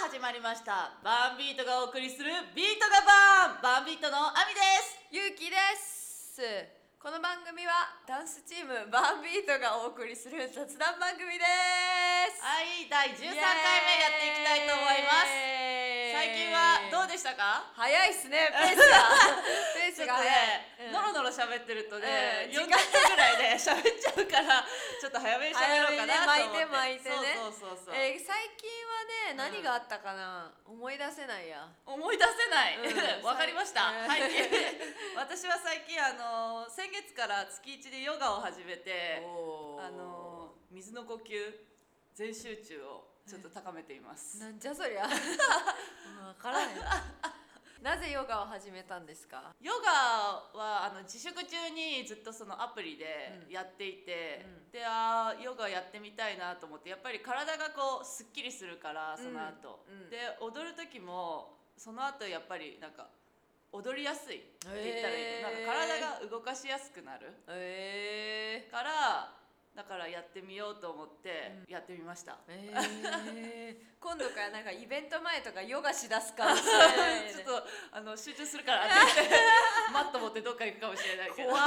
からバンビートがお送りするビートがバンバンビートのアミですゆうきですこの番組はダンスチームバンビートがお送りする雑談番組ですはい第13回目やっていきたいと思います最近はどうでししたか早いっす ねペースがペーちょっスがとね、早い、ノロノロ喋ってるとね、うん40分ぐらいで喋っちゃうからちょっと早めに 喋ろうかなと思って早めにね巻いて巻いてねそうそうそうそう、えー最近はねん何があったかな、思い出せないや思い出せないう んわ、かりました、うんはい 私は最近あの先月から月1でヨガを始めてああの水の呼吸全集中をちょっと高めています。なんじゃ そりゃわからない なぜヨガを始めたんですかヨガはあの自粛中にずっとそのアプリでうんやっていて、うんであーヨガやってみたいなと思ってやっぱり体がこうすっきりするからその後、うんうんで踊る時もその後やっぱりなんか踊りやすいって言ったらいいの、へなんーか体が動かしやすくなるえからだからやってみようと思ってやってみました。ー、えー、今度からなんかイベント前とかヨガしだすかもしれ ちょなっいとあの集中するからっ て言ってマット持ってどっか行くかもしれないけど怖ー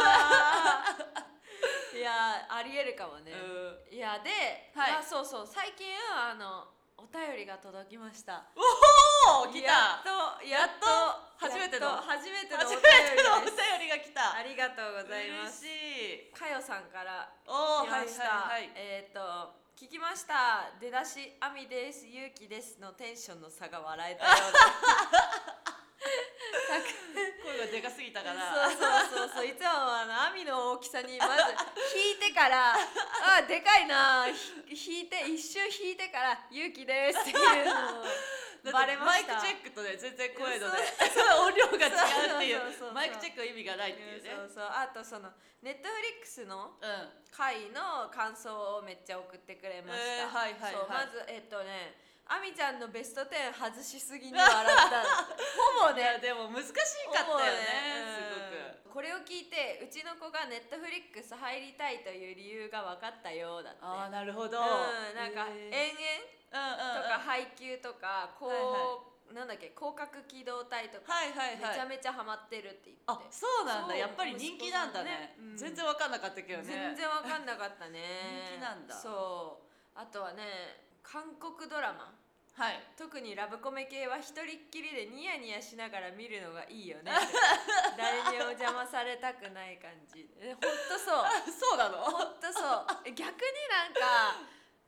いやーありえるかもね、うんいやで、はいあそうそう最近あのお便りが届きましたおお来た やっとやっとやっと初めてのやっと初めてのお初便めりてのおです便りが来たありがとうございます嬉しいかよさんからおお来ました、はいはいはいえっ、と聞きました出だしあみですゆうきですのテンションの差が笑えたよ声がでかすぎたうからなそうそうそうそういつもはあのあみの大きさにまず引いて からあでかいなひ引いて一瞬引いてからゆうきですっていうのを だってバレましたマイクチェックとね全然声のねそ う音量が違うっていうそうそうそうそうマイクチェックは意味がないっていうねそうそうあとそのネットフリックスのうん回の感想をめっちゃ送ってくれました、えーはいはいはいそうまずえっとねあみちゃんのベスト10外しすぎに笑 ったほぼいやねでも難しかったよねすごくごくこれを聞いてうちの子がネットフリックス入りたいという理由が分かったようだってああなるほどうんなんかえ延々うんうんうんとか配給とかこう、はなんだっけ広角機動隊とか、はいはいはいめちゃめちゃハマってるって言ってあそうなんだそうやっぱり人気なんだね息子さんねうん全然わかんなかったけどね全然わかんなかったね人気なんだそうあとはね韓国ドラマはい特にラブコメ系は一人っきりでニヤニヤしながら見るのがいいよ ね誰にお邪魔されたくない感じえほんとそう あそうなのほんとそうえ逆になんか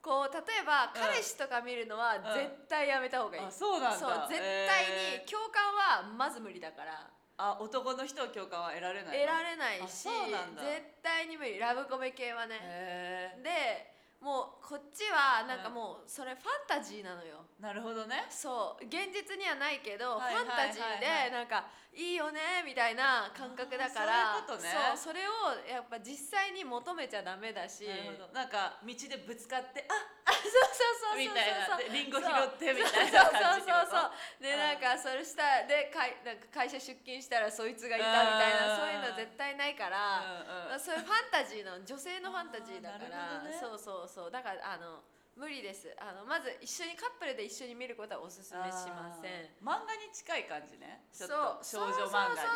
こう例えばうん彼氏とか見るのは絶対やめた方がいい、あそうなんだそう絶対えにー共感はまず無理だからあ男の人を共感は得られない得られないしあそうなんだ絶対に無理ラブコメ系はね、へでもうこっちはなんかもうそれファンタジーなのよーなるほどねそう現実にはないけど、はいはいはいはいファンタジーでなんかいいよねみたいな感覚だからあーそういうことねそうそれをやっぱ実際に求めちゃダメだしなるほどなんか道でぶつかってあそうそうそうそうそうみたいなでリンゴ拾ってみたいそうな感じってことそうそうそうでうんなんかそれしたでかいなんか会社出勤したらそいつがいたみたいなうんそういうの絶対ないから、うんまうあ、んそういうファンタジーの女性のファンタジーだかあーなるほら、どねそうそうそうだからあの無理ですあのまず一緒にカップルで一緒に見ることはおすすめしませんあー漫画に近い感じねちょそっうと少女漫画にそ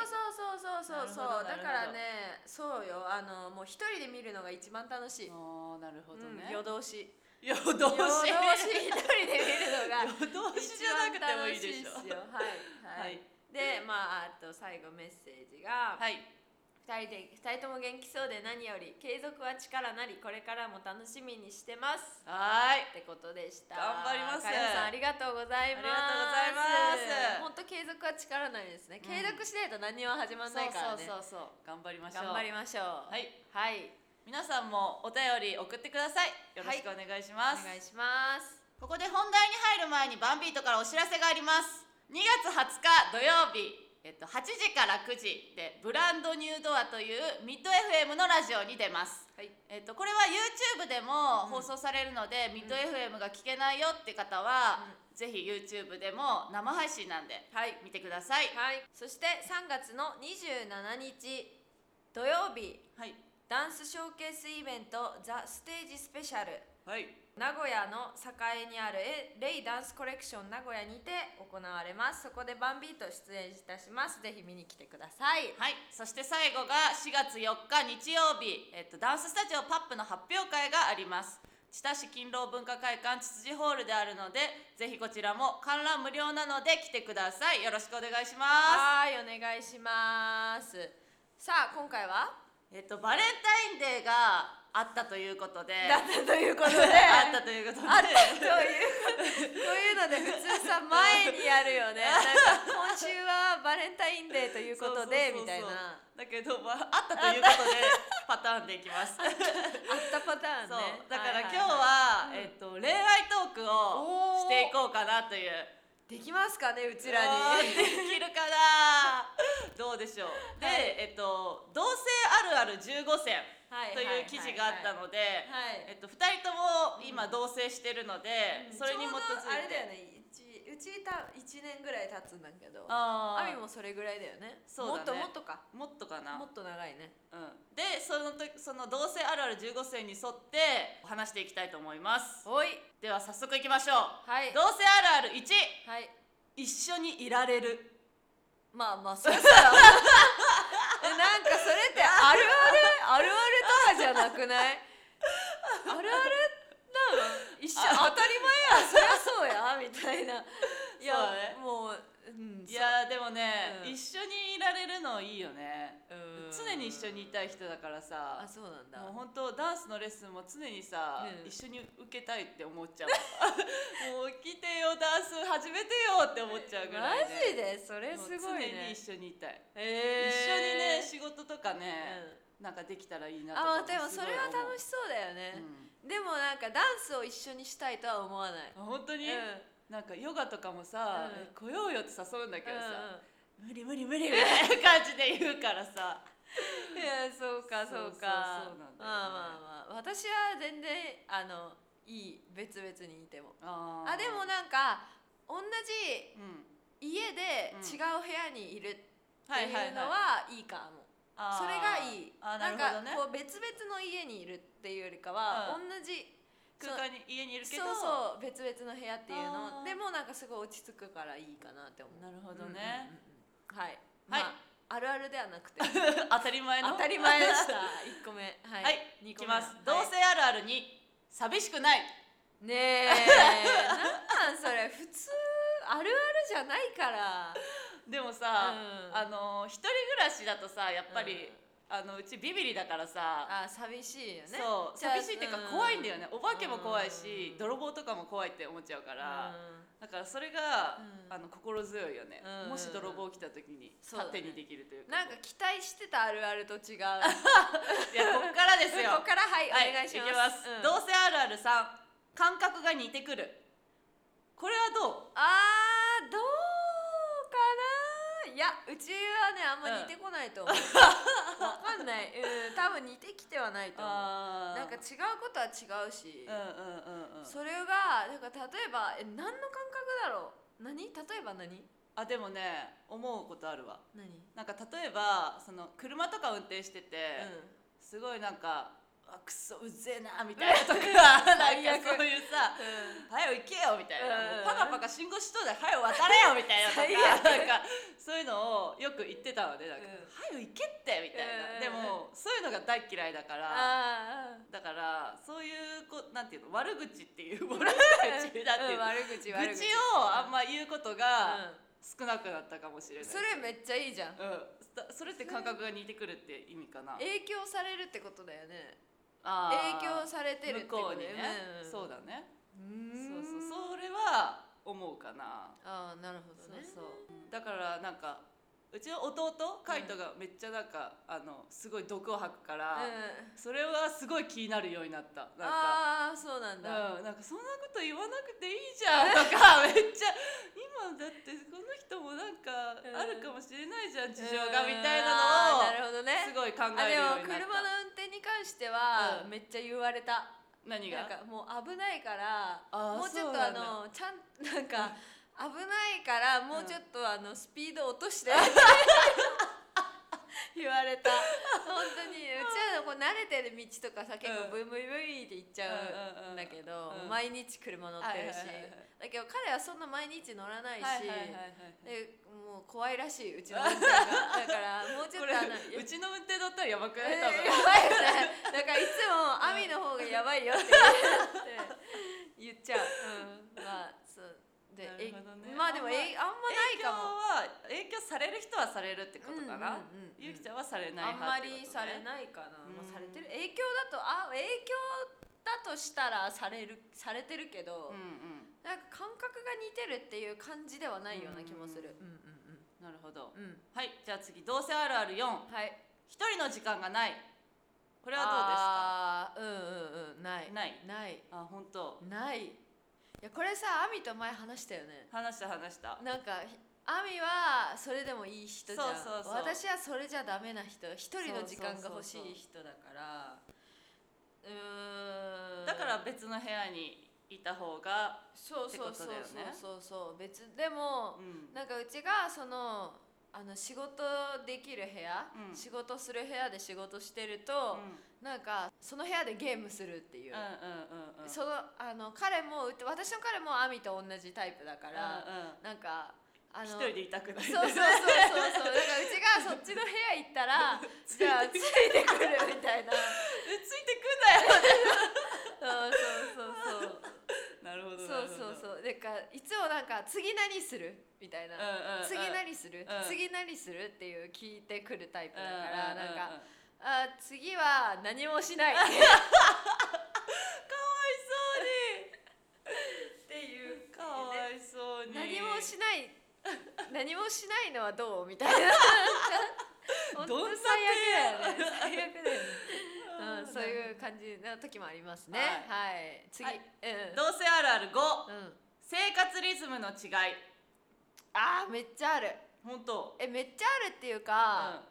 うそうそうそうそうそうそうなだるほどからねそうよあのもう一人で見るのが一番楽しい、うあーなるほどんね、夜通し夜通し夜夜通し一人で見るのが通し一じゃなくて番も楽いしいいでっしょすよはい、ははいい、でまああと最後メッセージが、はい二人で二人とも元気そうで何より継続は力なりこれからも楽しみにしてますはーいってことでした頑張りますかよさんありがとうございありがとうますございます本当継続は力なりですねうん継続しないと何も始まらないからね、そうそうそうそう頑張りましょう頑張りましょうはいはい、皆さんもお便り送ってくださいよろしくお願いします、お願いしますここで本題に入る前にバンビートからお知らせがあります2月20日土曜日えっと、8時から9時でブランドニュードアというミッド FM のラジオに出ます、はいえっと、これは YouTube でもう放ん送されるので、ミッド FM が聞けないよって方は、ぜひ YouTube でも生配信なんではい見てください、はいそして3月の27日土曜日はいダンスショーケースイベント「ザ・ステージスペシャルはい名古屋の栄にあるえレイダンスコレクション名古屋にて行われますそこでバンビート出演いたしますぜひ見に来てくださいはい、そして最後が4月4日日曜日、えっと、ダンススタジオパップの発表会があります千田市勤労文化会館つつじホールであるのでぜひこちらも観覧無料なので来てくださいよろしくお願いしますはいお願いしますさあ今回はえっとバレンタインデーがあったということでだったということ であったということであったというこういうので普通さ前にやるよ ねなんか今週はバレンタインデーというこそうそうとでそうそうみたいなだけど、まあ、あったということでパターンでいきますあったパターンそうねだから今日いいいは、はいはいえっと、恋愛トークをしていこうかなというできますかねうちうわらーにできるかな どうでしょうで、はいえっと「同性あるある15選」という記事があったので、はいえっと、2人とも今うん同棲してるので、それに基づいてちょうどあれだよね一うちた一年ぐらい経つんだけどああーみもそれぐらいだよねそうだねもっともっとかもっとかなもっと長いねうん、でその時その同性あるある15選に沿って話していきたいと思いますおいでは早速いきましょう、はい同性あるある1はい一緒にいられるまあまあそれさ えなんかそれってあるあるあるあるとかじゃなくないあるあるなの一緒あ当たり前やそりゃそうやみたいないそうだやねもう、うん、いやーでもね、うん一緒にいられるのいいよねそうう常んに一緒にいたい人だからさあそうなんだもう本当ダンスのレッスンも常にさ、うん一緒に受けたいって思っちゃう もう来てよダンス始めてよって思っちゃうぐらい、マジね、でそれすごいもう常にね一緒にいたい、えー一緒にね仕事とかね、うんなんかできたらいいなとあかでもそれは楽ししそうだよい、ね、うでもなんかダンスを一緒にしたいとは思わない、ん、本当うに、んなんかヨガとかもさ、うんえ来ようよって誘うんだけどさ、う無理無理無理みたいな感じで言うからさんいやそうかそうそうそうかそうなんだよねまあまあまあ私は全然あのいい別々にいてもあーあでもなんか同じうん家でうん違う部屋にいるっていうはのはいいかも、それがいいあーなるほどねんかこう別々の家にいるっていうよりかは、う同じ空間に家にいるけどそうそう別々の部屋っていうあのーでもなんかすごい落ち着くからいいかなって思うなるほどね、うんうんうんはい、はいまあ、あるあるではなくて当たり前の当たり前で したは、一個目はいい、い、二き個目ます、同はい性あるあるに寂しくないねえなんなんそれ普通あるあるじゃないからでもさ、うんあのー一人暮らしだとさやっぱり、うんあのうちビビリだからさあ寂しいよねそうじゃあ寂しいっていうか怖いんだよね、お化けも怖いし、うん泥棒とかも怖いって思っちゃうかうんら、だからそれが、うんあの心強いよね、うんもし泥棒来た時にそうだね縦にできるというかなんか期待してたあるあると違ういやこっから ですよ ここからはい、はお願いしますいきます、うんどうせあるあるさん感覚が似てくるこれはどうあーどうかないやうちはねあんま似てこないと思う、 わかんない、うん、多分似てきてはないと思うあなんか違うことは違うし、うんうんうんうんそれがなんか例えばえ何の感覚だろう何例えば何あでもね思うことあるわ何、うん、なんか例えばその車とか運転してて、すごいなんかあくそうぜえなみ たいなとかなん最悪かそういうさ「早よ行けよ」みたいな「うんもうパカパカ信号しとうだよ早よ渡れよ」みたいなと 最かなんかそういうのをよく言ってたのでなんかうん「早よ行けって」みたいな、うんでもそういうのが大嫌いだからあーだからそういうこなんていうの悪口っていう 悪口だっていううん、悪口悪愚口痴をあんま言うことがう少なくなったかもしれないん、それめっちゃいいじゃんうん、だそれって感覚が似てくるって意味かな影響されるってことだよねあー影響されてるって向ことこだうよにねね、そうだねそうーんそうそれは思うかなああなるほそうどねそうだからなんかうちの弟カイトがめっちゃなんか、あのすごい毒を吐くから、うんそれはすごい気になるようになったなんかああそうなんだ、うん、なんかそんなこと言わなくていいじゃんと かめっちゃ今だってこの人もなんかうんあるかもしれないじゃん事情うんがみたいあーななのをるほどねすごい考あえでるようもにな車っのた運転に関しては、うんめっちゃ言われた何なんがかもう危ないからあーもうちそょっうとなあんだのちゃんなんか 危ないからもうちょっとあのスピード落として、言われた本当にうちらのこう慣れてる道とかさ結構ブイブイブイって行っちゃうんうんうんううんんだけど、うん毎日車乗ってるし、はいはいはいはいだけど彼はそんな毎日乗らないし、はいはいはいはいでもう怖いらしいうちの運転 がだからもうちょこっとあのれうちの運転だったらやばくえない多分、ーやばいよねだからいつも「アミの方がやばいよ」って言って言っちゃう、うん、まあそうでなるえほどねまあでもえあんまないかも影響は影響される人はされるってことかな、うんうんうんうんゆうきちゃんはされないあんま派ってりことさねれないかな、まうんあされてる影響だとあ影響だとしたらされるされてるけど、うんなんか感覚が似てるっていう感じではないような気もする、ううん、うんなるほどうんうんはいじゃあ次どうせあるある四はい一人の時間がないここれはどうですかうんうんうんないないないどうですかあ本当ないいやこれさアミと前話したよね話した話したなんかひアミはそれでもいい人じゃんそうそうそう私はそれじゃダメな人一人の時間がそうそうそ欲しうそうい人だからうーんだから別の部屋にいた方がそうそうそうそうってことだよねそうそう別でもうんなんかうちがそのあの仕事できる部屋、うん仕事する部屋で仕事してると、なんかその部屋でゲームするっていうう、んうんうんうんそのあの彼もう私の彼もアミと同じタイプだか、からなんかあの一人でいたくないそうそうそうそうそうだからうちがそっちの部屋行ったらじゃあついてくるみたいなえついてくんなよそうそうそうそう なるほどそうなるほそどうそうでかいつもなんか次何するみたいな、うんうんうん次何する、うん次何するっていう聞いてくるタイプうだんうかんうんら、なんか、うんあー次は何もしな いかわいそうにって いうかわいそうに何もしない何もしないのはどうみたいな 本当どんな最悪だよね最悪だよね、うん、ーそういう感じな時もありますねはい、次、はいうんどうせあるある5うん、生活リズムの違いあーめっちゃある本当えめっちゃあるっていうか、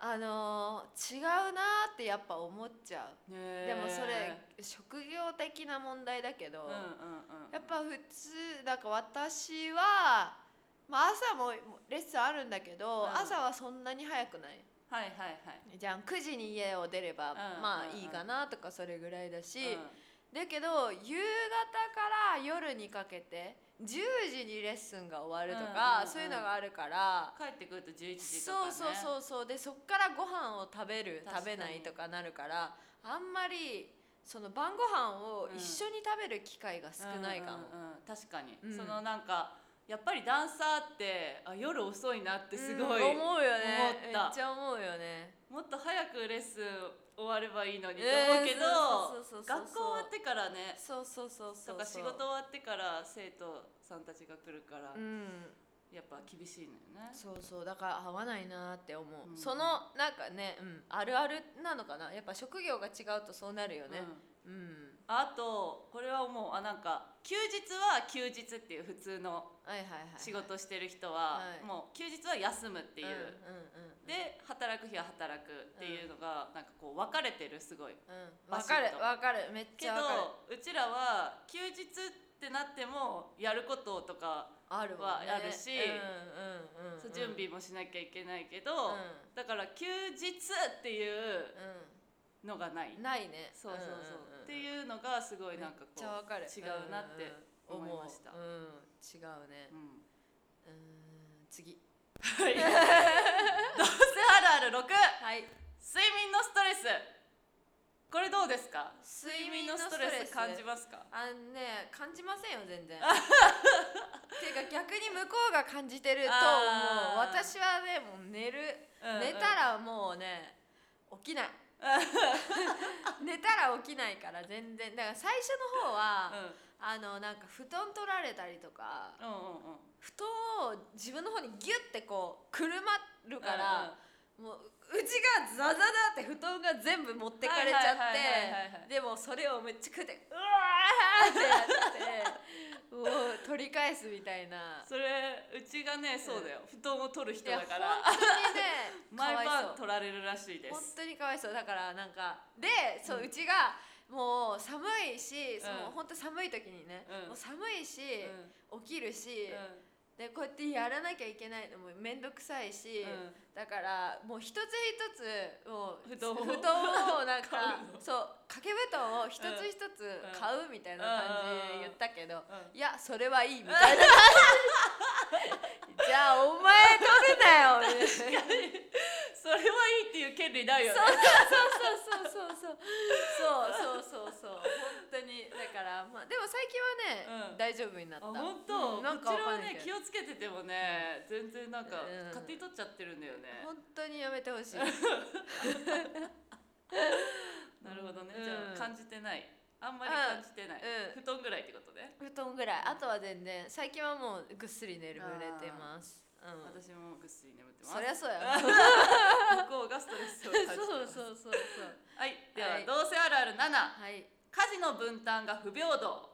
あのー違うなーってやっぱ思っちゃううん、ででもそれ職業的な問題だけうんど、うんうんやっぱ普通なんか私は、まあ、朝もレッスンあるんだけど、うん朝はそんなに早くないはいはいはいじゃん9時に家を出れば、んまうんあいいかなとかそれぐらいだし、うんだけど夕方から夜にかけて10時にレッスンが終わるとうんうんうんか、そういうのがあるから。帰ってくると11時とか、そうね、そうそうそうでそっからご飯を食べる確かに食べないとかなるからあんまりその晩ご飯を一緒に食べる機会が少ないかも、うんうんうん確かに、うんそのなんかやっぱりダンサーってあ夜遅いなってすごい、うん思うよね思っためっちゃ思うよねもっと早くレッスン終わればいいのにとえー思うけど、そうそうそうそうそう学校終わってからねそうそうそうそうとか仕事終わってから生徒さんたちが来るから、うんやっぱ厳しいのよね。そうそうだから合わないなって思う、うんそのなんかね、うん、あるあるなのかなやっぱ職業が違うとそうなるよねうんうん、あとこれはもうあなんか休日は休日っていう普通のはいはいはいはい仕事してる人は、はいもう休日は休むっていう、うんうんうん、で働く日は働くっていうのが、なんかこう分かれてるすごい。うん、わかるバシッとわかるめっけちどゃわかるうちらは休日ってなってもやることとか、あるもんはねあるしうんうんうんうん、そう準備もしなきゃいけないけど、う、だから休日っていうんのがない。うん、ないねそうそうそう、ってういうのがすごいなんかめっこちゃわかるう違うなってうんうんうん思いました思ううん、違うねう、んうん、次 はい、どうせあるある6はい睡眠のストレスこれどうですか睡睡眠の眠のストストレレスス感じますかあのね感じませんよ 全然ていうか逆に向こうが感じてると思あーう私はねもう寝る、寝たらもうね起き ない寝たら起きないから全然だから最初の方は、うんあのなんか布団取られたりとかうんうんうん布団を自分の方にギュッてこうくるまるうかんうんら、もううちがザザザって布団が全部持ってかれちゃはいはいはいはいはっいてでもそれをめっちゃ食ってうわーってやってもう取り返すみたいな。それうちがねそうだよ、布団を取る人いやだ本か当らにね 毎かわい晩そう取られるらしいで本す当にかわいそうだからなんかでそう、ううんちがもう寒いし、うそんの本当寒い時にね、うんもう寒いし、うん起きるし、うんでこうやってやらなきゃいけないのも面倒くさいし、うんだからもう一つ一つもう布団を布をなん買かうのそう掛け布団を一つ一つ買うみたいな感じで言ったけど、いやそれはいいみたいなじゃあお前取るなよみたいなそれはいいっていう権利ないよねそうそうそうそうそうそうそうそう本当にだからまあでも最近はね、うん大丈夫になっあた本当、うんなんこちかわらかはんないねけ気どをつけててもね全然なんか、うん勝手に取っちゃってるんだよね、本当にやめてほしいなるほどね、うんじゃあ感じてないあんまり感じてない、う布団ぐらいってことね、布団ぐらいあとは全然最近はもうぐっすり眠れてます、うん、私もぐっすり眠ってますそりゃそうや 向こうがストレスを感じて そうますそうそうそうはいでは、はいどうせあるある7はい家事の分担が不平等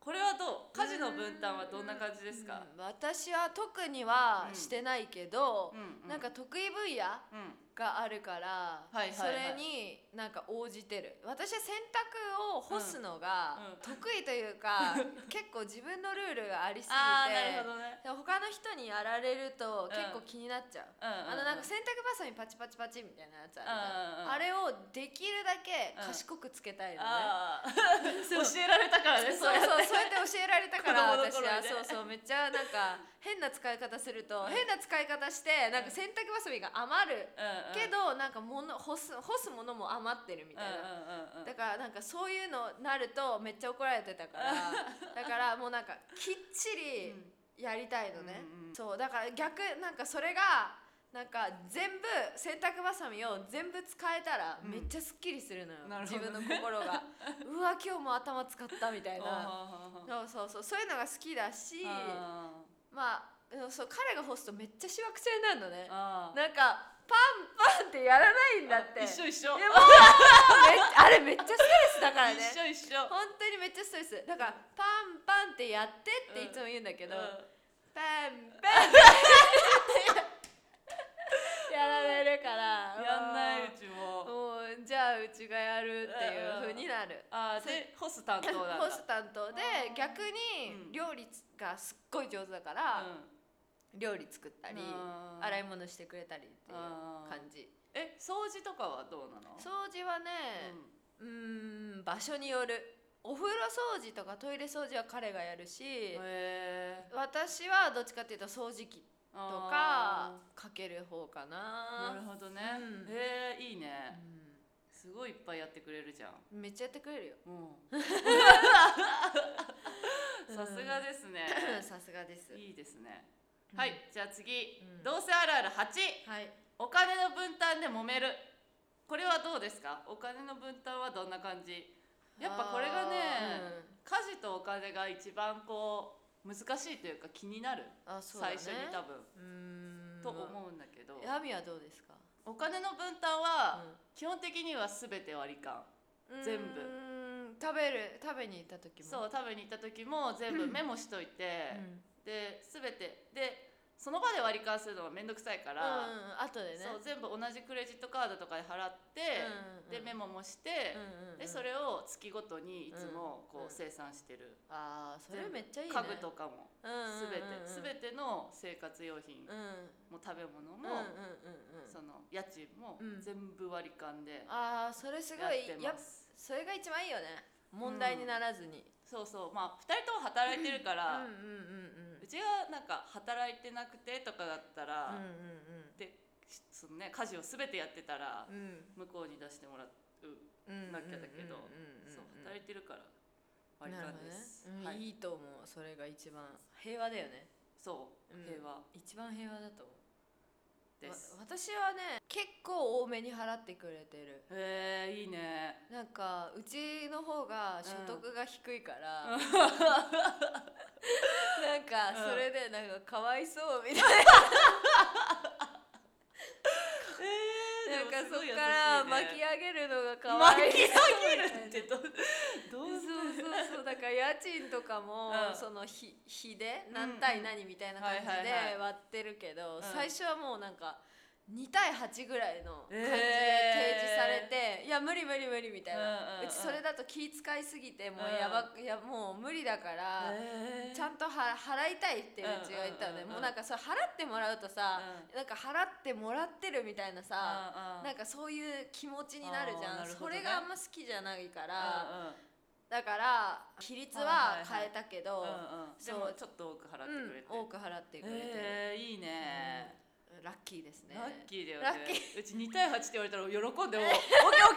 これはどう家事の分担はどんな感じですかうん私は特にはうんしてないけどう、ん、うなんか得意分野うんがあるから、はいはいはいそれになんか応じてる私は洗濯を干すのがうんうん得意という か、結構自分のルールがありすぎてあーなるほどねでも他の人にやられると結構気になっちゃう、うんうんあのなんか洗濯バサミパチパチパチみたいなやつあるじゃんうんうんうんあれをできるだけうん賢くつけたいのね、あー教えられたからねそうそうそうやって教えられたから 子供の私頃はにねそうそうめっちゃなんか変な使い方すると変な使い方してなんか洗濯バサミが余るうんうんけどなんかもの干す干すものも余ってるみたいな。うんうんうんうんだからなんかそういうのなるとめっちゃ怒られてたから だからもうなんかきっちりやりたいのね、うんうんそうだから逆なんかそれがなんか全部洗濯ばさみを全部使えたらうんめっちゃすっきりするのよ、なるほ自どね分の心 がうわ今日も頭使ったみたいなあーそうそうそうそういうのが好きだしあまあうんそう彼が干すとめっちゃしわくちゃになるのねーあーなんかパンパンってやらないんだって一緒一緒いやもうめっちゃあれめっちゃストレスだからね一緒一緒本当にめっちゃストレスだからパンパンってやってっていつも言うんだけど、パンパンやられるからうんやんないうもちもうもうじゃあうちがやるっていうふうになるあーで干す担当なんだ ホス担当であー逆うんに料理がすっごい上手だかうらん料理作ったりあー洗い物してくれたりっていうあー感じえ掃除とかはどうなの掃除はねうーん場所によるお風呂掃除とかトイレ掃除は彼がやるしうんへー私はどっちかっていうと掃除機とかあかける方かーななるほどねうんへえいいねすごいいっぱいやってくれるじゃんうんめっちゃやってくれるようん さすがですね さすがですいいですねうんはいじゃあ次うんどうせあるある8はいお金の分担で揉めるこれはどうですかお金の分担はどんな感じやっぱこれがね家事とお金が一番こう難しいというか気になるあーうんあそうだ最ね初に多分うーんと思うんだけどヤミはどうですかお金の分担は基本的には全て割り勘うん全部うーん食べる食べに行った時もそう食べに行った時も全部メモしといてうんで全てでその場で割り勘するのは面倒くさいかうんら、後でねそう全部同じクレジットカードとかで払って、うんでメモもして、うんうんうんでそれを月ごとにいつもうんこうんう生産してる、あーそれめっちゃいいね家具とかもうんうんうん全て、て全ての生活用品うんも食べ物うんうんも、うんうんその家賃もうん全部割り勘でああそれすやごいってやっまぱす。それが一番いいよね問題にならずに、そうそうまあ2人とも働いてるかうん、ら、うんうんうちがなんか働いてなくてとかだったら、うんでそのね家事を全てやってたらうんうんうん向こうに出してもらう、うんなきゃだけどうんうんうんそう働いてるから割りなる勘ほどでねす、うんはいい、いと思うそれが一番平和だよねそううん平和一番平和だと思うですわ、私はね結構多めに払ってくれてるへえいいねなんかうちの方が所得が低いから、なんかそれでなんかかわいそうみたいな、 えなんかそっから巻き上上げるのがかわ巻いそうき上げるってどどうそうそうそうだから家賃とかも、うんその日日でうん何対何みたいな感じはいはいはいで割ってるけど、ん最初はもうなんか2対8ぐらいの感じでえー提示されて、いや無理無理無理みたいな、うんうんうんちそれだと気使いすぎてもうやば、いやもう無理だから、えーちゃんとは払いたいってうちが言ったのね、うんうんうんうんもうなんかそれ払ってもらうとさ、なんか払ってもらってるみたいなさ、うんなんかそういう気持ちになるじあーゃ、なんるほそどねれがあんま好きじゃないから、うんうんだから比率は変えたけど、うんうんでそうもちょっと多く払ってくれてうん多く払ってくれてる、えーいいねうんラッキーですねラッキーだよラねッキうち2対8って言われたら喜んでもう「オッケーオッケー!」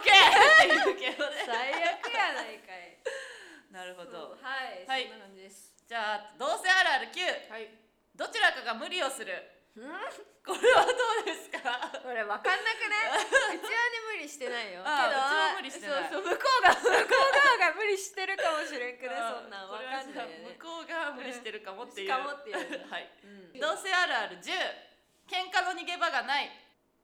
って言うけどね最悪やないか い なるほそうどはい、はいそんな感じですじゃあどうせあるある9はいどちらかが無理をするここれはどうですかれ分かんなくねうちはね無理してないよあーうちも無理してないそうそう向こうが 向こう側が無理してるかもしれんくねそんなんこ分れかはんじなゃあいよね向こうが無理してるかもっていうしかもっていうね はいうんどうせあるある10喧嘩の逃げ場がない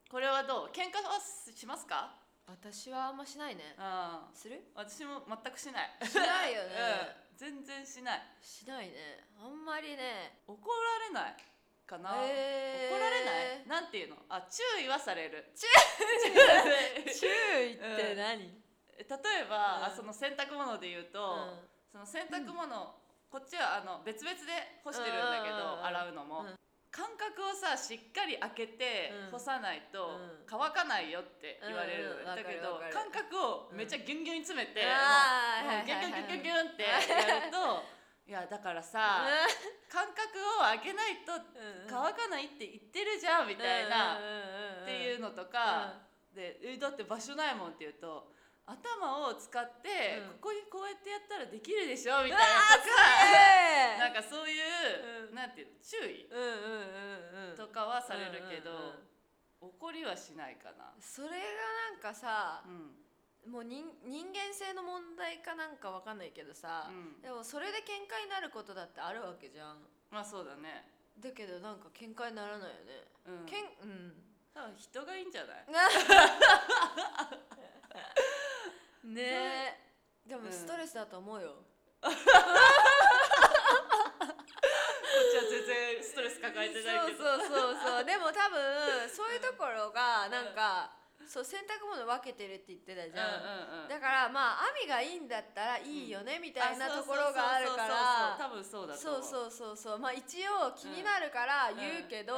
これはどう喧嘩はしますか私はあんましないねあする私も全くしないしないよねうん全然しないしないねあんまりね怒られないかな、えー怒られないなんていうのあ注意はされる注意 注意って何例えば、うんあその洗濯物で言うと、その洗濯物、こっちはあの別々で干してるんだけうんうんど、うん洗うのも、うんうん間隔をさしっかり開けてうん干さないとうん乾かないよって言われるのね、うんうんわかだけるどわ間隔かるをめっちゃギュンギュンに詰めて、あーもうもうギュンギュンギュンギュンギュンってやるといやはいはいだからさ、間隔を開けないとわ乾かないって言ってるじゃんみたいな、っていううんのとか、でえだって場所ないもんって言うと頭を使って、うんここにこうやってやったらできるでしょみたいなとかなんかえーそういう、うんなんていうの注意うんうんうんうんとかはされるけど、うんうんうん怒りはしないかな。それがなんかさう、んもう人人間性の問題かなんかわかんないけどさ、うん、でもそれで喧嘩になることだってあるわけじゃんまあそうだね。だけどなんか喧嘩にならないよね、うん、けんうん多分人がいいんじゃない、ねえでもストレスだと思うよ、こっちは全然ストレス抱えてないけど。そうそうそうそうでも多分そういうところがなんか、そう洗濯物分けてるって言ってたじゃうんうんうん、んだからまあ網がいいんだったらいいよねみたいなところがあるかあらそうそうそうそう多分そうだとそ思うううそうそうそうまあ一応気になるから言うけど、ん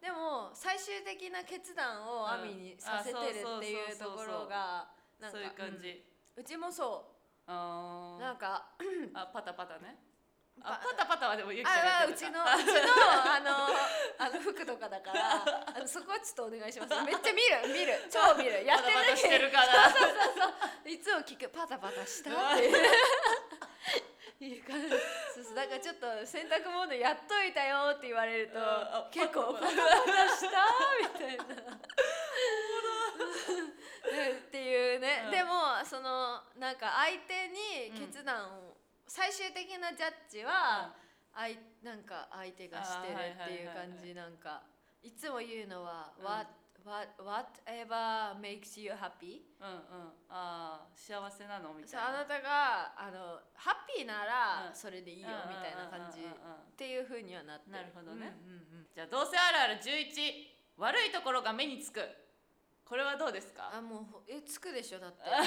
でも最終的な決断をアミにさせてるっていうところがうんなんそかういう感じ、うんうちもそあうーなんかあパタパタねあパパタパタはでもゆきちあゃんあうが言ってちるの かうちのあ のあの服とかだからあのそこはちょっとお願いしますめっちゃ見る見る超見るやってパタパタしてるるからだけいつも聞くパタパタしたっていう。 いう感じそうそうだからちょっと洗濯物やっといたよって言われるとうんあ結構パパタタパパタしたみたいな。うんっていうね、うんでもそのなんか相手に決断を、最終的なジャッジは、あいなんか相手がしてるっていうあーはいはいはいはい感じなんかいつも言うのは「うん What- what- whatever makes you happy」うんうんあー幸せなのみたそいうなあなたがあのハッピーならうんそれでいいようんうんみたいな感じうんうんっうんていう風にはなってなるほどねうんうんうんじゃあどうせあるある11悪いところが目につくこれはどうですかあもうほえつくでしょだって 悪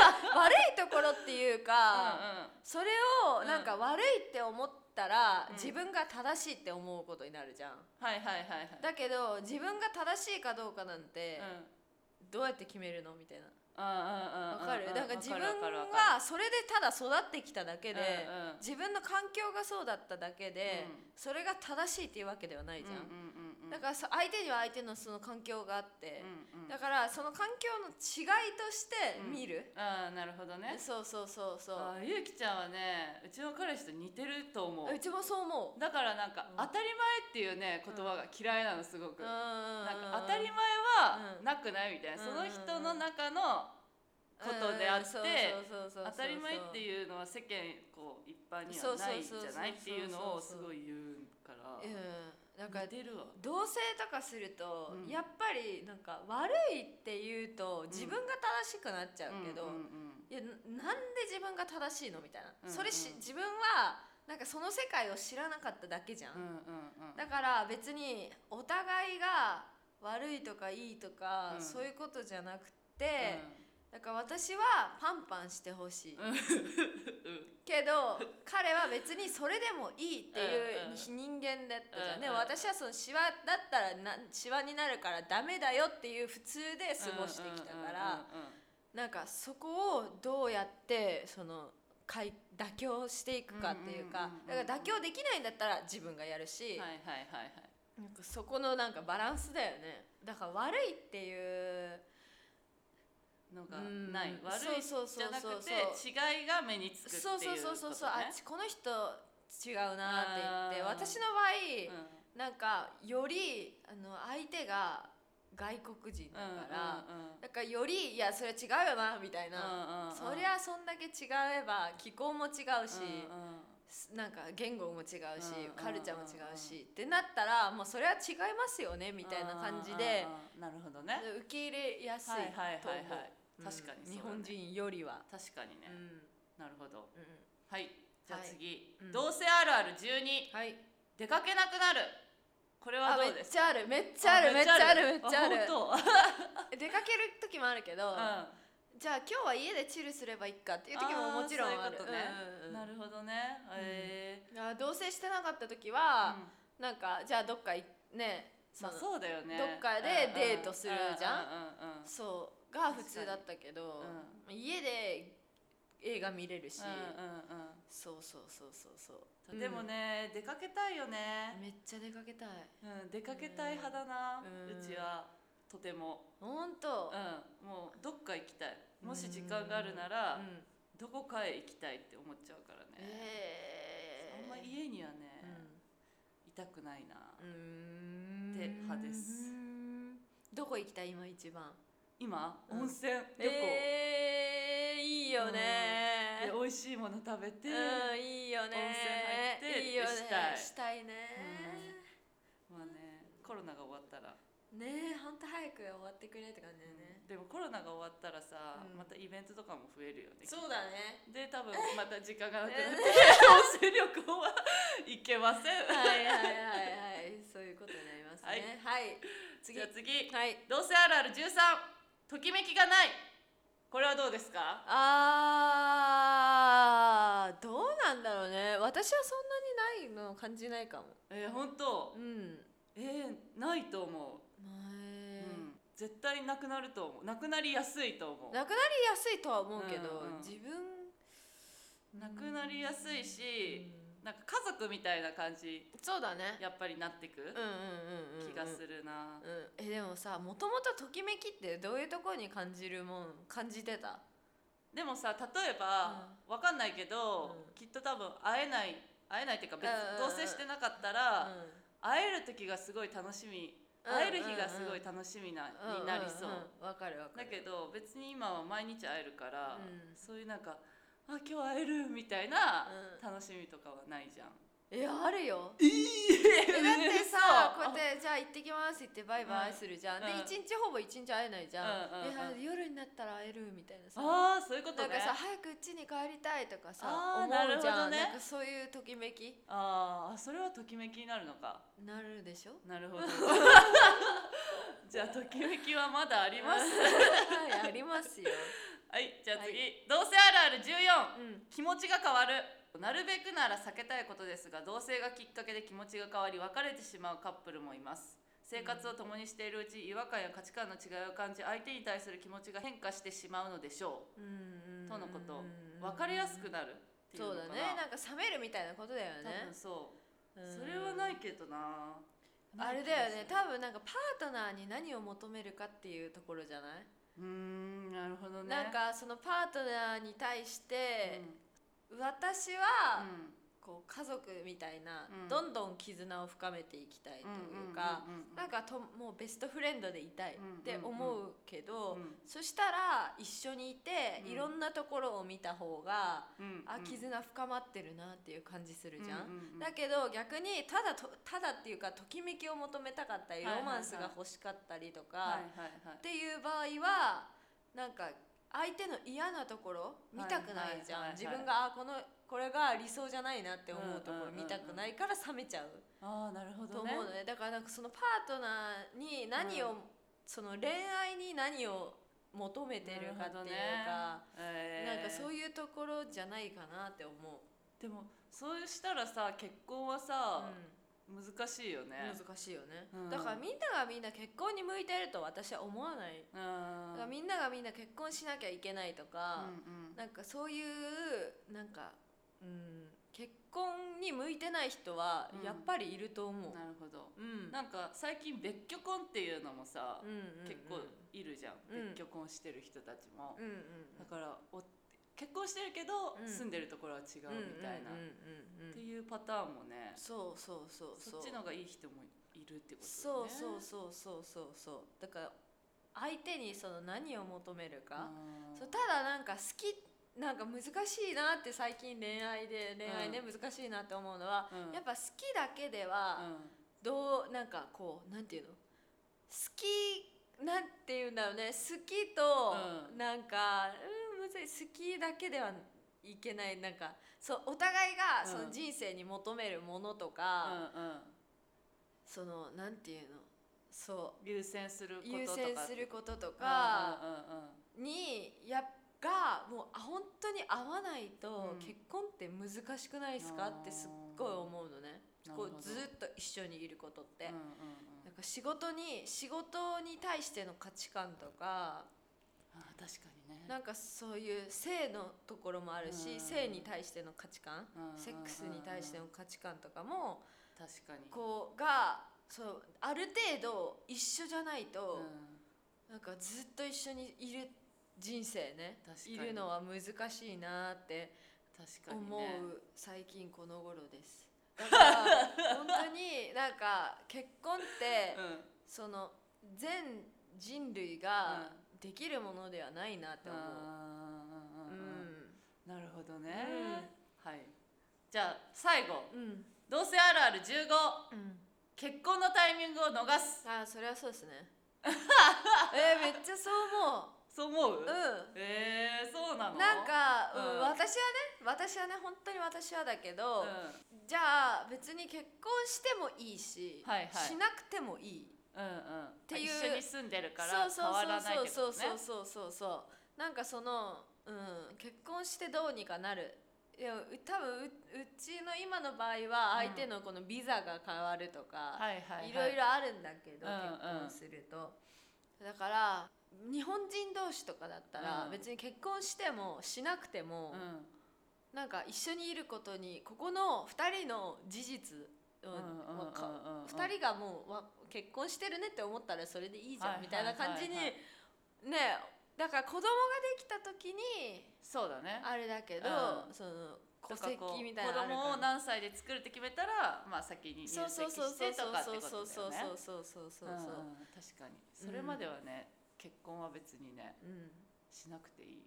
いところっていうか、それをうんなんか悪いって思ったら、うん自分が正しいって思うことになるじゃんうんうんはいはいはいはいだけど自分が正しいかどうかなんてうん、どうやって決めるのみたいなうんうんうんわかるうんうんだから自分わかるわかるわかがそれでただ育ってきただけるでうんうん自分の環境がそうだっただけでうんそれが正しいっていうわけではないじゃうんんうんうんだからそ相手には相手のその環境があってうんうんだからその環境の違いとして見るあーなるほどねそうそうそうそうあーゆうきちゃんはねうちの彼氏と似てると思ううちもそう思うだからなんか、うん当たり前っていうね言葉が嫌いなのすごく、なんなか当たり前はなくないみたいな、うそんの人の中のことであって当当たり前ってういうのは世間こう一般にそはうそうないんじそうそうゃないっていうのをすごそうそうそうい言うから、うんなん似かてるわ同性とかすると、うんやっぱりなんか悪いって言うと自分が正しくなっちゃうけど、うんうんいやななんで自分が正しいのみたいな、うんうんそれし自分はなんかその世界を知らなかっただけじゃうん、んうんうんうんだから別にお互いが悪いとかいいとか、うんそういうことじゃなくて、だから私はパンパンしてほしういんけど彼は別にそれでもいいってうんうんいう人間だったじゃん、うんでうんも私はそのシワだったらなシワになるからダメだよっていう普通で過ごしてきたからうんうんうんうんなんかそこをどうやってその解妥協していくかっていううんかうんうんうんだから妥協できないんだったら自分がやるし、はいはいはいはいなんかそこのなんかバランスだよねだから悪いっていうのがない、うん悪いそうじそうゃなそうくてそう違いが目につくっていうそうそうそうそうそう、あことねちこの人違うなって言あーって私のう場合、んなんかよりあの相手が外国人だから、うんうんうんだからよりいやそれは違うよなみたいうんうんな、うんそりゃそんだけ違えば気候も違うし、うんうんすなんか言語も違ううし、んうんうんカルチャーも違うし、ってなったらもうそれは違いますよねみたいな感じでうん、うんうんなるほどね受け入れやすいはいはいはいはい、と思ううん確かにそうだね日本人よりは。確かにねう、んなるほどうんはいじゃあはい次、うんどうせあるある12はい出かけなくなるこれはあどめうでっすちゃあるめっちゃあるめっちゃあるめっちゃある本出かける時もあるけど、当、じゃあ今日は家でチルすればいいかっていう時ももちろんあるあーそういうことねうんうん、なるほどねえーううんんあー同棲してなかった時うんは、なんかじゃあどっかいねまあのそうだよねどっかでデートするじゃんうんうんうんんうんそうが普通だったけど、家で映画見れるし、うんうんそうそうそうそうそううんでも、ね出かけたいようんね、めっちゃ出かけたいうん、出かけたい派だな、ううんちはとても、ほんとうん、もうどっか行きたいもし時間があるなら、うんどこかへ行きたいって思っちゃうからね、えあんまい、家にはね、うんいたくないな、っって派ですどこ行きたい今一番今、うん温泉旅行、えー、いいよねで美味しいもの食べて、うんいいよね温泉入っていいよねしたいしたいね、まあねコロナが終わったら、ねえほんと早く終わってくれって感じだよね、でもコロナが終わったらさ、うんまたイベントとかも増えるよねそうだねで多分また時間がなくなってね温泉旅行は行けませんはいはいはいはいそういうことになりますねはい、次じゃあ次はいどうせあるある13ときめきがないこれはどうですかあーどうなんだろうね私はそんなにないの感じないかもえー、本当うんえー、ないと思う、前うん、絶対なくなると思うなくなりやすいと思うなくなりやすいとは思うけど、うんうん自分なくなりやすいし、なんか家族みたいな感じうんそうだねやっぱりなってくうんうんうんう気んがするな、うん、えでもさもともとときめきってどういうところに感じるもん感じてたでもさ例えば、わかんないけど、うんきっと多分会えない会えないっていうか別、う同んうんうん棲してなかったら、うん会える時がすごい楽しみうん会える日がすごい楽しみな、うんになりそう,、んんわかるわかだるけど別に今は毎日会えるから、うんそういうなんか「あ今日会える」みたいなうん楽しみとかはないじゃん。えある よええだって さこうてやってじゃあ行ってきますって言ってバイバイするじゃん、うんで一日ほぼ一日会えないじゃん、うんうんうんで夜になったら会えるみたいなさああそういうことなねんかさ早く家に帰りたいとかさあー思うじなるほゃどんねなんかそういうときめきああそれはときめきになるのかなるでしょなるほど じゃあときめきはまだあります はいありますよ、はいじゃあ次、はどうせあるある14うん、気持ちが変わるなるべくなら避けたいことですが同性がきっかけで気持ちが変わり別れてしまうカップルもいます生活を共にしているうち違和感や価値観の違いを感じ相手に対する気持ちが変化してしまうのでしょうとのこと別れやすくなるっていうのそうかなだねなんか冷めるみたいなことだよ多分ねそう、うんそれはないけどなあれだよね多分なんかパートナーに何を求めるかっていうところじゃない、うーんなるほどねなんかそのパートナーに対しうんて、私うはんこう家族みたいな、うんどんどん絆を深めていきたいというか、んんんなんかともうベストフレンドでいたいって思うけど、うんそしたら一緒にいて、うんいろんなところを見た方が、うんあ絆深まってるなっていう感じするじゃん。うううだけど逆にただとただっていうかときめきを求めたかったりはいはいロはいマンスが欲しかったりとか、はいはいはいっていう場合はなんか相手の嫌なところ見たくないじゃん、はいはいはいはい自分があこのこれが理想じゃないなって思うとうこんうろんうんうん見たくないから冷めちゃうああなるほとど思ねうのねだからなんかそのパートナーに何を、その恋愛に何を求めてるかっていうか、なんかそういうところじゃないかなって思う、でもそうしたらさ結婚はさ、う難しいよねん、難しいよね、うんだからみんながみんな結婚に向いてると私は思わない、うんだからみんながみんな結婚しなきゃいけないとか、なんかそういうなんか、うん、結婚に向いてない人はうんやっぱりいると思うんううん、なるほどうんうんなんか最近別居婚っていうのもさ、うんうん結構いるじゃん、うん別居婚してる人たちも、うんうんだからお結婚してるけど、うん住んでるところは違うみたいな、うんうんうんうんっていうパターンもねそうそうそうそそうっちのがいい人もいるってことだそようねそうそうそうそうそうだから相手にその何を求めるか、うんそうただなんか好きなんか難しいなって最近恋愛で恋愛ね、難しいなって思うのは、うんやっぱ好きだけではどうなんかこうなんていうの好きなんていうんだろうね好きと、うんなんかうんむずい好きだけではいけないなんかそうお互いがうんその人生に求めるものとうか、んうんそのなんていうのそう優先することとか優先することとかうんうんうんにやがもうあ本当に合わないとうん結婚って難しくないですか、あーってすっごい思うのねなるこほどうずっと一緒にいることって、うんうんうなんんか仕事に仕事に対しての価値観とかあー確かにねなんかそういう性のところもあるし、うん性に対しての価値観、うんセックスに対しての価値観とかも、確かにこうがそうある程度一緒じゃないと、うんなんかずっと一緒にいる人生ね確かにいるのは難しいなって確か思にう、ね最近この頃ですだから 本当になんか結婚って、うんその全人類ができるものではないなって思う、うんうんうんうんなるほどねはいじゃあ最後うんうん同性あるある15うん結婚のタイミングを逃すああそれはそうですね えーめっちゃそう思そう思うううんえーそうなのなんか、うんうん私はね私はね本当に私はだけうど、んじゃあ別に結婚してもいいし、はいはいしなくてもいいうんうんていう一緒に住んでるから変わらないってそこうとねそうそうそうそうそうそうなんかその、うん、結婚してどうにかなるいやう多分ううちの今の場合は相手のこのビザが変わるとか、はいはいはいいろいろあるんだけど、うんうん結婚するとだから日本人同士とかだったら、うん別に結婚してもしなくても、うんなんか一緒にいることにここの2人の事実を、うんわかうんうんうんうん2人がもうわ結婚してるねって思ったらそれでいいじはゃいんみたいな感じにはいはねいだから子供ができた時にそうだねあれだけうど、んその戸とかこう籍みたいな子供をのあるから何歳で作るって決めたらまあ先に入そう籍そうそしうそてうとかってそうことだよねそうそうそうそうそうそううんうん確かにそれまではね結婚は別にねうんしなくていい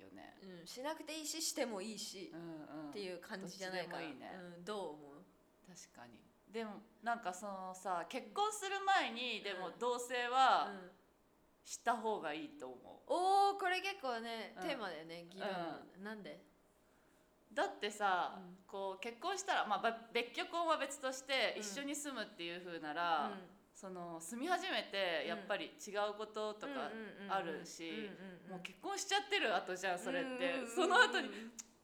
よねうんしなくていいししてもいいしう、んうんっていう感じじゃないかどっなちでもいいねうん、どう思う確かにでもなんかそのさ結婚する前にでもうん同棲はうんした方がいいと思おおこれ結構ね、うんテーマだよね議論、なんでうだってさうんこう結婚したらまあば別居婚は別としてうん一緒に住むっていう風ならその住み始めてやっぱり違うこととかあるしもう結婚しちゃってる後じゃんそれってその後に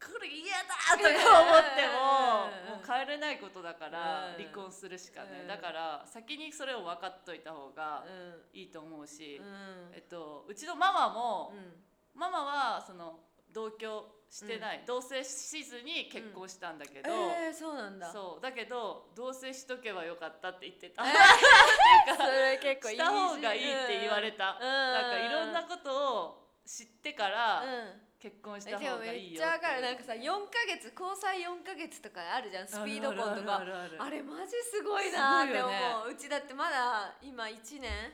これ嫌だとか思ってうんももう帰れないことだからうん離婚するしかうねんだから先にそれを分かっといた方がいいと思うし、えっと、うちのママも、ママはその同居してない、同棲しずに結婚したんだけど、えー、そうなんだそうだけど同棲しとけばよかったって言って た、えそれ結構した方がいいって言われた、なんかいろんなこことを知ってから結婚した方がいいよめっちゃわかるなんかさ4ヶ月交際4ヶ月とかあるじゃんスピード婚とかああるあるあるあるれマジすごいなーってす思ごいよう、うちだってまだ今1年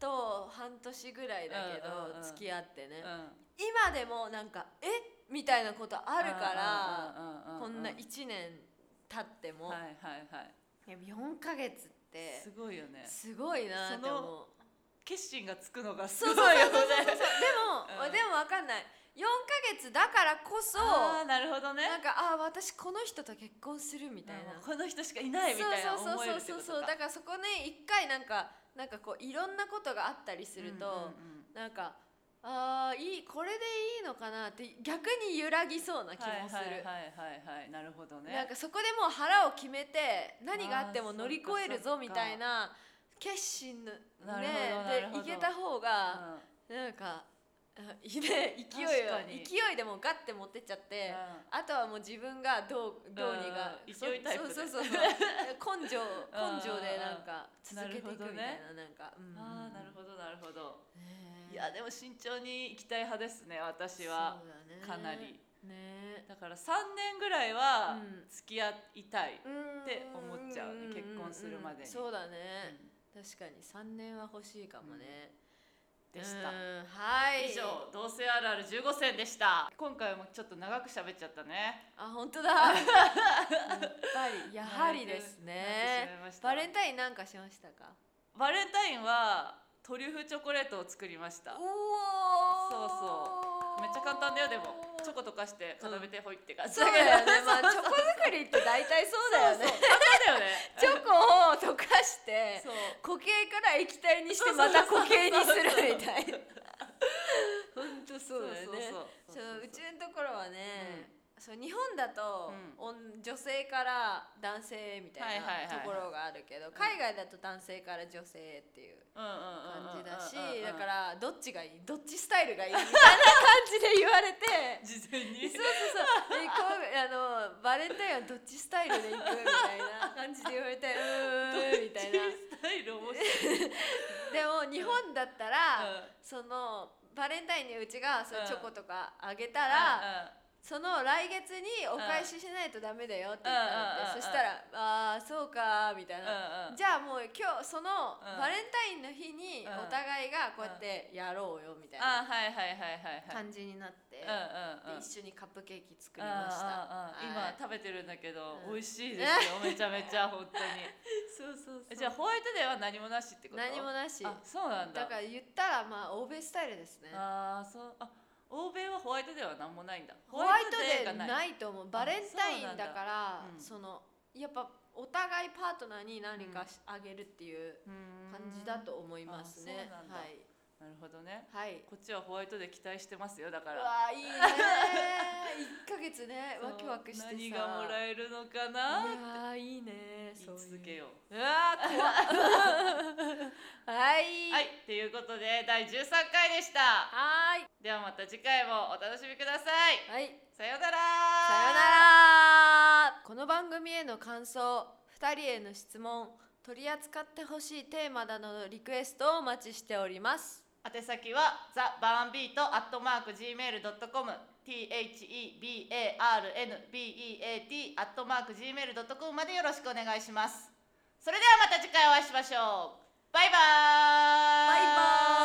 と半年ぐらいだけうんうんうどん付き合ってね、うんうん今でもなんか「えみたいなことあるからうううううこんな1年経っても、はいはいはい4ヶ月ってすごいよねすごいなって思う。決心がつくのがすそごういそうそうよそうねそうで も、うんでもわかんない4ヶ月だからこそあーなるほどねなんかああー私この人と結婚するみたいなあもうこの人しかいないみたいなそう思えるそうってそうそことうそうかだからそこね一回なんかなんかこういろんなことがあったりすると、うんうんうんなんかあーいいこれでいいのかなって逆に揺らぎそうな気もする、はいはいはい、はい、なるほどねなんかそこでもう腹を決めて何があってもあー乗り越えるそっぞかみたいな決心のねなるほどなるほどでいけた方がなんか、 あいいね勢いを確かに勢いでもうガッて持ってっちゃって、あとはもう自分がどうどうにか、うんそ勢いタイプでそうそうそうそう 根性根性でなんかうん続けていくみたいななんか、ううんん、ああなるほどなるほど、ど、ねえいやでも慎重に行きたい派ですね私はそうだねかなりねだから3年ぐらいはうん付き合いたい、ってて思っちゃうね結婚するまでにそうだうね、ん確かに三年は欲しいかもね、でしたうんはい以上同性あるある15選でした今回もちょっと長く喋っちゃったねあ本 当だやっぱりやはりですねババレレンンタインなんかしましたかバレンタインはトリュフチョコレートを作りましたおーそうそめっちゃ簡単だよでもチョコ溶かして固めてほいって感じそうだよねまあチョコ作りって大体そうだよねそうそう簡単だよねチョコを溶かしてそう固形から液体にしてまた固形にするみたいな 本当そうだよねそそうそううそうちのところはね、そう日本だと、おん女性から男性みたはいいはいなはいはといころがあるけど、海外だと男性から女性っていううんうんうんうん感じだし、うんうんうんだからどっちがいいどっちスタイルがいい みたいな感じで言われ て事前にそうそうそうえこうあのバレンタインはどっちスタイルで行くみたいな感じで言わ れてうーんみたいなスタイル面白いでも日本だったら、そのバレンタインにうちがそううんチョコとかあげたら、うんうんその来月にお返ししないとダメだよって言ったのって、うんそしたら「ああそうか」みたいうな、んうんじゃあもう今日そのうんバレンタインの日にうんお互いがこうやってやろうよみたいなあはいはいはいはいはい感じになって、うんうんうんで一緒にカップケーキ作りまあーした、あーあーはい今食べてるんだけど、うん美味しいですよ めちゃめちゃ本当にそうそうじゃあホワイトデーは何もなしってこと何もなしあそうなんだだから言ったらまあ欧米スタイルですねあーそうあ欧米はホワイトデーは何もないんだホワイトデホワイートがないと思うバレンタインだからそうなんだうんそのやっぱお互いパートナーに何かしあげるっていううーん感じだと思いますあねそうなんだはいなるほどねはいこっちはホワイトデー期待してますよだかうらわいいね 一ヶ月ねそうワクワクしてさ何がもらえるのかないやーいい言ねい続けようううわー怖っ はいはいということで第13回でしたはーいではまた次回もお楽しみくださいはいさようならさよならこの番組への感想2人への質問取り扱ってほしいテーマなどのリクエストをお待ちしております宛先はザ・バーンビートアットマーク Gmail.com THEBARNBEAT アットマーク Gmail.com までよろしくお願いしますそれではまた次回お会いしましょうバイバーイバイバーイ